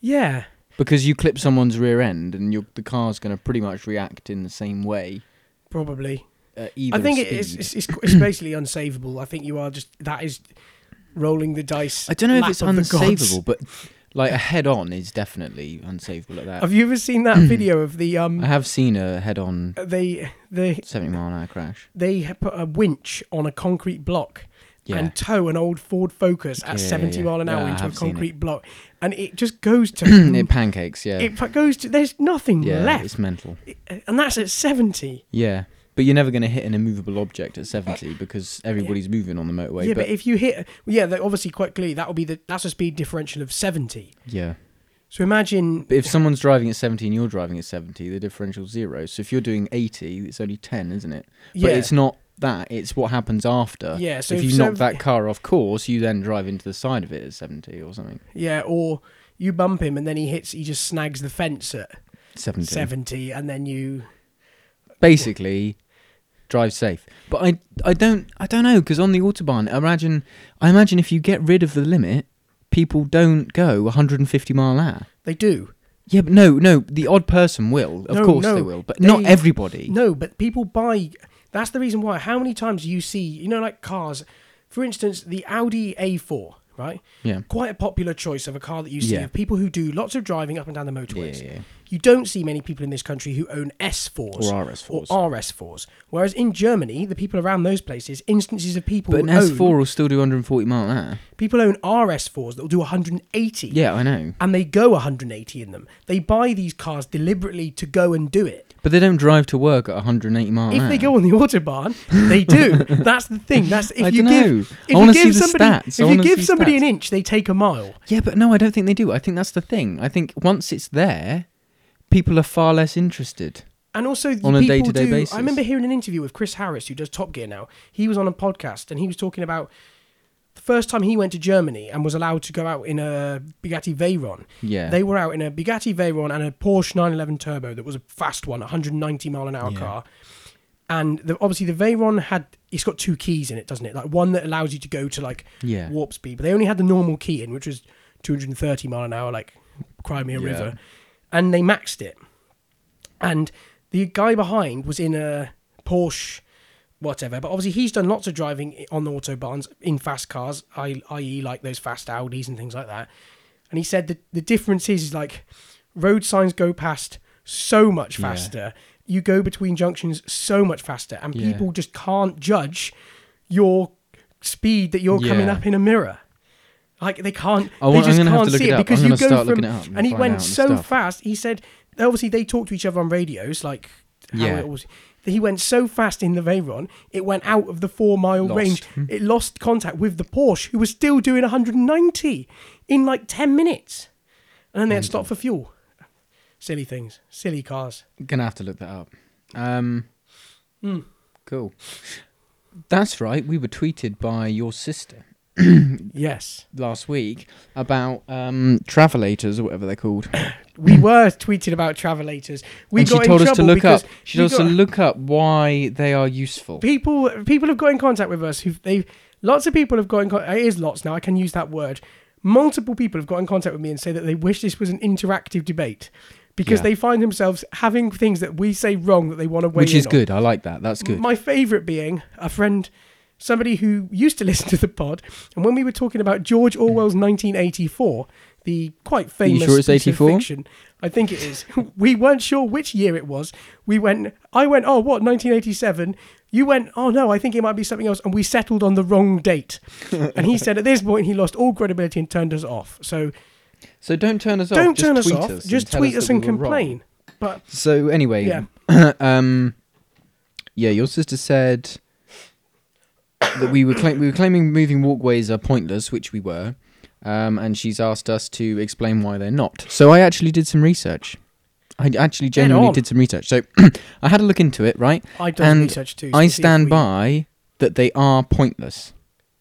F: yeah.
G: Because you clip someone's rear end, and you're, the car's going to pretty much react in the same way.
F: Probably.
G: At either
F: Uh, I think
G: speed.
F: it is, it's, it's, it's basically unsavable. I think you are just, that is rolling the dice.
G: I don't know if
F: lap
G: it's
F: of the gods.
G: unsavable, but like a head on is definitely unsavable at that.
F: Have you ever seen that video of the
G: Hmm. I
F: um?
G: have seen a head on
F: They they
G: 70 mile an hour crash.
F: they ha- put a winch on a concrete block
G: Yeah.
F: and tow an old Ford Focus at
G: Yeah, yeah,
F: seventy
G: yeah.
F: mile an hour
G: Yeah, I
F: into a
G: have seen it.
F: concrete block, and it just goes
G: it
F: to
G: pancakes, yeah.
F: it fu- goes to there's nothing
G: yeah, it's
F: left,
G: mental.
F: and that's at seventy.
G: Yeah. But you're never going to hit an immovable object at 70 because everybody's moving on the motorway.
F: yeah,
G: but
F: but, if you hit, well, yeah, that- obviously quite clearly that will be the that's a speed differential of seventy.
G: yeah.
F: So imagine
G: But if someone's driving at 70 and you're driving at 70, the differential's zero. So if you're doing 80, it's only 10, isn't it? But
F: Yeah.
G: it's not that. It's what happens after.
F: Yeah, so
G: if
F: if
G: you
F: so-
G: knock that car off course, you then drive into the side of it at 70 or something.
F: Yeah, or you bump him and then he hits, he just snags the fence at
G: 70.
F: 70, and then you.
G: Basically, drive safe. But I, I don't, I don't know because on the autobahn, I imagine, I imagine if you get rid of the limit, people don't go 150 mile an hour.
F: They do.
G: Yeah, but no, no. The odd person will, of
F: No,
G: course
F: no,
G: they will, but not
F: they-
G: everybody.
F: No, but people buy. That's the reason why. How many times you see, you know, like cars, for instance, the Audi A4, right?
G: Yeah.
F: Quite a popular choice of a car that you see
G: Yeah.
F: of people who do lots of driving up and down the motorways.
G: Yeah, yeah.
F: You don't see many people in this country who own S4s
G: Or RS4s.
F: Or RS4s. Whereas in Germany, the people around those places, instances of people
G: But an
F: who own-
G: S4 will still do 140 mile an hour.
F: People own RS4s that will do 180.
G: Yeah, I know.
F: And they go 180 in them. They buy these cars deliberately to go and do it.
G: But they don't drive to work at 180 mile an hour.
F: If they go on the autobahn, they do. That's the thing. That's if
G: I
F: you
G: dunno.
F: give.
G: I
F: If you
G: wanna see
F: give
G: the
F: somebody,
G: stats. I
F: if you
G: wanna
F: give
G: see
F: somebody an
G: stats.
F: inch, they take a mile.
G: Yeah, but no, I don't think they do. I think that's the thing. I think once it's there, people are far less interested.
F: And also, the
G: On a
F: people
G: day-to-day
F: do-
G: basis.
F: I remember hearing an interview with Chris Harris, who does Top Gear now. He was on a podcast and he was talking about the first time he went to Germany and was allowed to go out in a Bugatti Veyron.
G: Yeah.
F: They were out in a Bugatti Veyron and a Porsche 911 Turbo that was a fast one, 190 mile an hour
G: Yeah.
F: car. And the, obviously, the Veyron had it's got two keys in it, doesn't it? Like one that allows you to go to like
G: Yeah.
F: warp speed, but they only had the normal key in, which was 230 mile an hour, like Crimea
G: Yeah.
F: River, and they maxed it and the guy behind was in a Porsche, whatever. But obviously, he's done lots of driving on the autobahns in fast cars, i- i.e., like those fast Audis and things like that. And he said that the difference is, is like road signs go past so much
G: Yeah.
F: faster, you go between junctions so much faster, and
G: Yeah.
F: people just can't judge your speed that you're coming
G: Yeah.
F: up in a mirror. Like they can't,
G: I
F: they
G: want- I'm
F: just
G: gonna have
F: can't
G: to look
F: see
G: it
F: it,
G: up. I'm
F: because you
G: gonna
F: go
G: start
F: from.
G: looking it up and
F: and he
G: find out
F: went
G: and
F: so
G: stuff.
F: fast. He said, obviously they talk to each other on radios, like how
G: Yeah.
F: it was. He went so fast in the Veyron, it went out of the four mile
G: Lost. Hmm.
F: range. It lost contact with the Porsche, who was still doing 190 in like 10 minutes, and then they had to stop for fuel. Silly things, silly cars.
G: Gonna have to look that up. Um,
F: Hmm.
G: Cool. That's right. We were tweeted by your sister
F: Yes,
G: last week about um, travelators or whatever they're called.
F: we were tweeted about travelators. We
G: and she
F: got in
G: told us to
F: trouble
G: look up.
F: because
G: She
F: we
G: told us to
F: got-
G: look up why they are useful.
F: people people have got in contact with us who've they lots of people have got in contact it is lots now i can use that word multiple people have got in contact with me and say that they wish this was an interactive debate because
G: Yeah.
F: they find themselves having things that we say wrong that they want to weigh
G: which
F: in
G: is
F: on.
G: good. I like that. That's good.
F: my favorite being a friend somebody who used to listen to the pod and when we were talking about george orwell's 1984 the quite famous
G: sure it's
F: piece of
G: 84?
F: fiction i think it is we weren't sure which year it was we went i went oh what 1987 you went oh no i think it might be something else and we settled on the wrong date and he said at this point he lost all credibility and turned us off so
G: so don't turn us off.
F: don't
G: just
F: turn us
G: tweet
F: off
G: and
F: just
G: tell
F: tweet us
G: that
F: and
G: we were wrong.
F: complain but
G: So anyway,
F: Yeah.
G: um, yeah, your sister said that we were claim- we were claiming moving walkways are pointless, which we were, um, and she's asked us to explain why they're not. So I actually did some research. I actually genuinely
F: on.
G: did some research. So I had a look into it, right?
F: I done
G: And
F: research too, so
G: I
F: see if
G: stand
F: we-
G: by that they are pointless.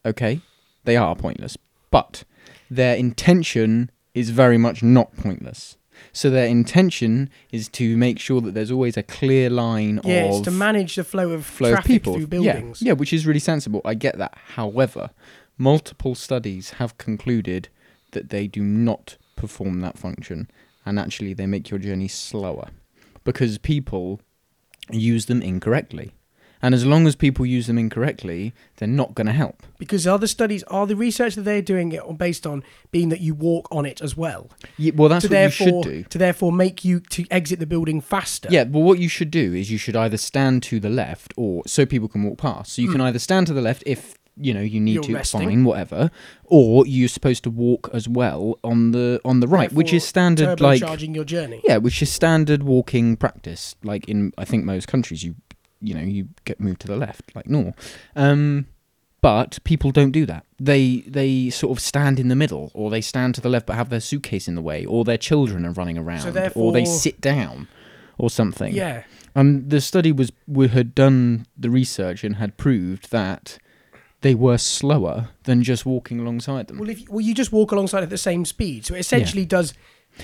G: Okay, they are pointless, but their intention is very much not pointless. So their intention is to make sure that there's always a clear line
F: yeah
G: of
F: it's to manage the flow of
G: flow
F: traffic
G: of people
F: through
G: Yeah,
F: buildings
G: Yeah, which is really sensible. I get that. However, multiple studies have concluded that they do not perform that function, and actually they make your journey slower because people use them incorrectly. And as long as people use them incorrectly, they're not going to help.
F: because other studies are the research that they're doing it on based on being that you walk on it as well
G: Ye- well, that's
F: to
G: what you
F: therefore
G: should do.
F: to therefore make you to exit the building faster
G: Yeah, well, what you should do is you should either stand to the left or so people can walk past. So you can either stand to the left if you know you need
F: Hmm. You're
G: to,
F: resting.
G: fine, whatever, or you're supposed to walk as well on the on the right, which is
F: Therefore,
G: standard like
F: turbocharging your journey
G: yeah, which is standard walking practice. Like in I think most countries, you you know you get moved to the left like normal. Um, But people don't do that. They they sort of stand in the middle, or they stand to the left but have their suitcase in the way, or their children are running around, or they
F: therefore-
G: sit down, or something.
F: Yeah.
G: Um, the study was we had done the research and had proved that they were slower than just walking alongside them.
F: Well, if well, you just walk alongside at the same speed, so it essentially does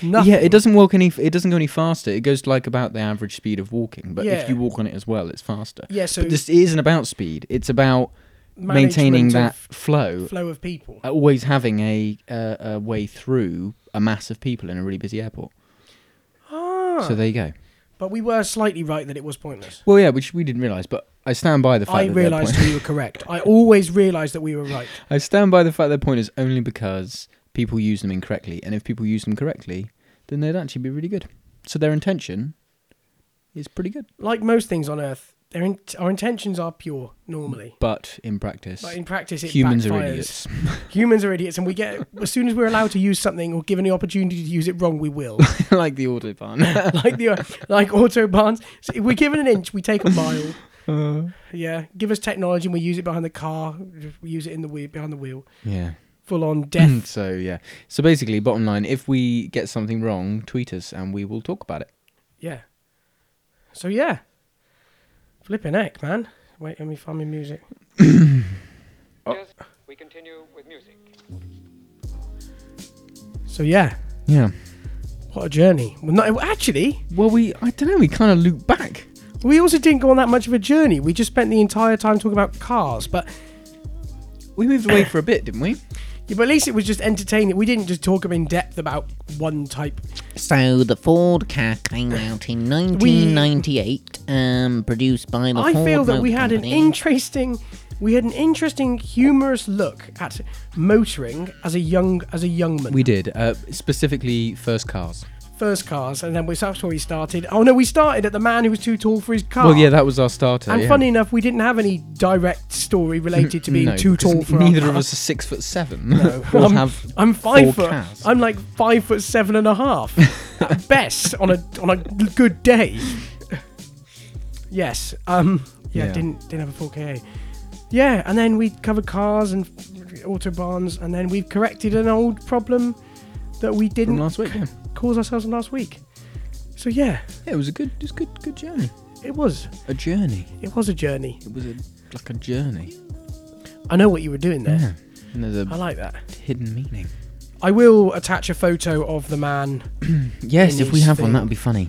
F: nothing.
G: Yeah, it doesn't walk any. It doesn't go any faster. It goes to like about the average speed of walking. But if
F: Yeah.
G: you walk on it as well, it's faster.
F: Yeah, so-
G: but this isn't about speed. It's about
F: Management
G: maintaining
F: of
G: that flow,
F: Flow of people.
G: always having a, uh, a way through a mass of people in a really busy airport.
F: Ah.
G: So there you go.
F: But we were slightly right that it was pointless.
G: Well, yeah, which we didn't realise, but I stand by the fact.
F: I
G: that their
F: realised
G: point-
F: we were correct. I always realised that we were right.
G: I stand by the fact their point is only because people use them incorrectly, and if people use them correctly, then they'd actually be really good. So their intention is pretty good,
F: Like most things on Earth, their in- our intentions are pure normally.
G: but in practice,
F: But in practice, it
G: humans
F: backfires.
G: are idiots.
F: Humans are idiots, and we get as soon as we're allowed to use something or given the opportunity to use it wrong, we will.
G: like the autobahn.
F: like the like autobahns. So if we're given an inch, we take a mile.
G: Uh.
F: yeah, give us technology and we use it behind the car. We use it in the wheel, behind the wheel.
G: yeah.
F: Full on death.
G: Mm, So yeah. So basically, bottom line: if we get something wrong, tweet us and we will talk about it.
F: yeah. So yeah, flipping heck, man. Wait, let me find my music.
H: Yes, we continue with music.
F: So yeah,
G: Yeah.
F: what a journey. Well, not, actually,
G: Well, we I don't know. We kind of loop back.
F: we also didn't go on that much of a journey. We just spent the entire time talking about cars, but
G: We moved away for a bit, didn't we?
F: yeah, but at least it was just entertaining. We didn't just talk in depth about one type
I: So the Ford car came out in 1998, um, produced by the
F: I
I: Ford
F: feel that
I: Motor
F: we had an
I: Company.
F: interesting, we had an interesting, humorous look at motoring as a young as a young man.
G: We did. Uh, specifically, first cars.
F: First cars, and then we, that's where we started. Oh no, we started at the man who was too tall for his car.
G: Well, yeah, that was our starter.
F: and
G: yeah.
F: funny enough, we didn't have any direct story related to being
G: No,
F: too
G: because
F: tall for
G: neither
F: our
G: of
F: car. Um,
G: us are six foot seven. No, we'll
F: I'm,
G: have.
F: I'm
G: four
F: five foot.
G: cars.
F: I'm like five foot seven and a half, at best on a on a good day. yes. Um. Yeah,
G: Yeah.
F: Didn't didn't have a four ka. Yeah, and then we covered cars and autobahns, and then we've corrected an old problem that we didn't
G: From last week, yeah.
F: cause ourselves in last week. So yeah,
G: Yeah, it was a good, it was a good, good journey.
F: it was
G: A journey.
F: it was a journey.
G: It was a like a journey.
F: I know what you were doing there.
G: And there's a
F: I like that.
G: hidden meaning.
F: I will attach a photo of the man
G: Yes, if we
F: Finished
G: have
F: thing.
G: one, that would be funny.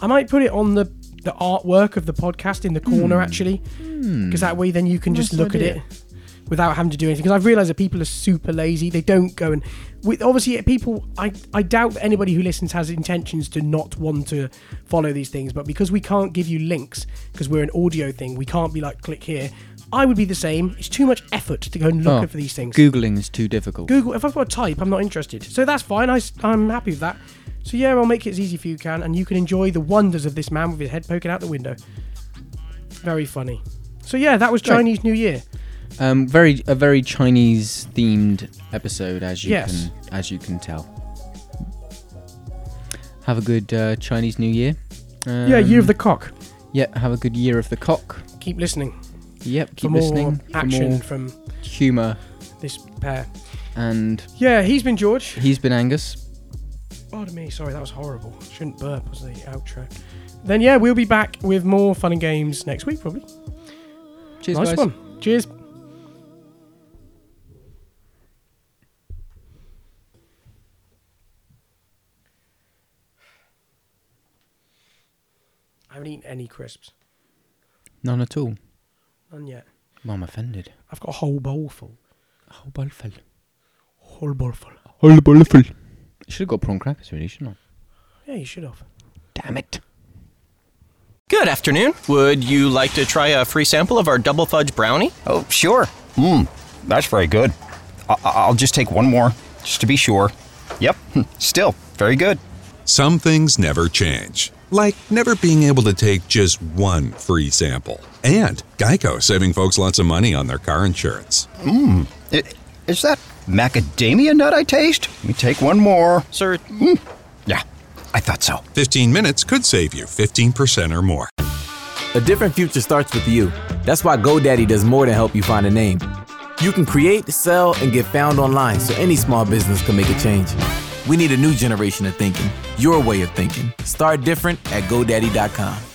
F: I might put it on the the artwork of the podcast in the corner actually, because that way then you can just
G: Hmm. Nice
F: look
G: idea.
F: at it without having to do anything. Because I've realised that people are super lazy; they don't go and with obviously people. I I doubt that anybody who listens has intentions to not want to follow these things, but because we can't give you links because we're an audio thing, we can't be like click here. I would be the same. It's too much effort to go and look
G: Oh,
F: for these things.
G: Googling is too difficult.
F: Google. If I've got a type, I'm not interested. So that's fine. I, am happy with that. So yeah, I'll make it as easy for you can, and you can enjoy the wonders of this man with his head poking out the window. Very funny. So yeah, that was
G: Great.
F: Chinese New Year.
G: Um, very a very Chinese themed episode, as you
F: Yes.
G: can as you can tell. Have a good uh, Chinese New Year. Um,
F: yeah, Year of the Cock.
G: yeah. Have a good year of the cock.
F: Keep listening
G: Yep. Keep
F: for more
G: listening. for
F: action
G: more
F: from
G: humour,
F: this pair.
G: and
F: Yeah, he's been George.
G: he's been Angus.
F: Pardon me. Sorry, that was horrible. Shouldn't burp was the outro. Then yeah, we'll be back with more fun and games next week probably.
G: Cheers,
F: nice
G: guys.
F: one. Cheers. I haven't eaten any crisps.
G: None at all.
F: None yet.
G: Well, I'm offended.
F: I've got a whole bowl full.
G: Whole bowl full.
F: Whole bowl full.
G: Whole bowl full. Should have got prawn crackers, really, shouldn't
F: Yeah, you should have.
G: I? Damn it.
J: Good afternoon. Would you like to try a free sample of our double fudge brownie?
K: Oh, sure. Mmm, that's very good. I- I- I'll just take one more, just to be sure. Yep, hmm, still very good.
L: Some things never change, like never being able to take just one free sample. And Geico saving folks lots of money on their car insurance.
K: I- Is that macadamia nut I taste? Let me take one more.
J: Sir,
K: Yeah, I thought so.
L: 15 minutes could save you 15% or more.
C: A different future starts with you. That's why GoDaddy does more than help you find a name.
G: You can create, sell, and get found online so any small business can make a change. We need a new generation of thinking, your way of thinking. Start different at GoDaddy.com.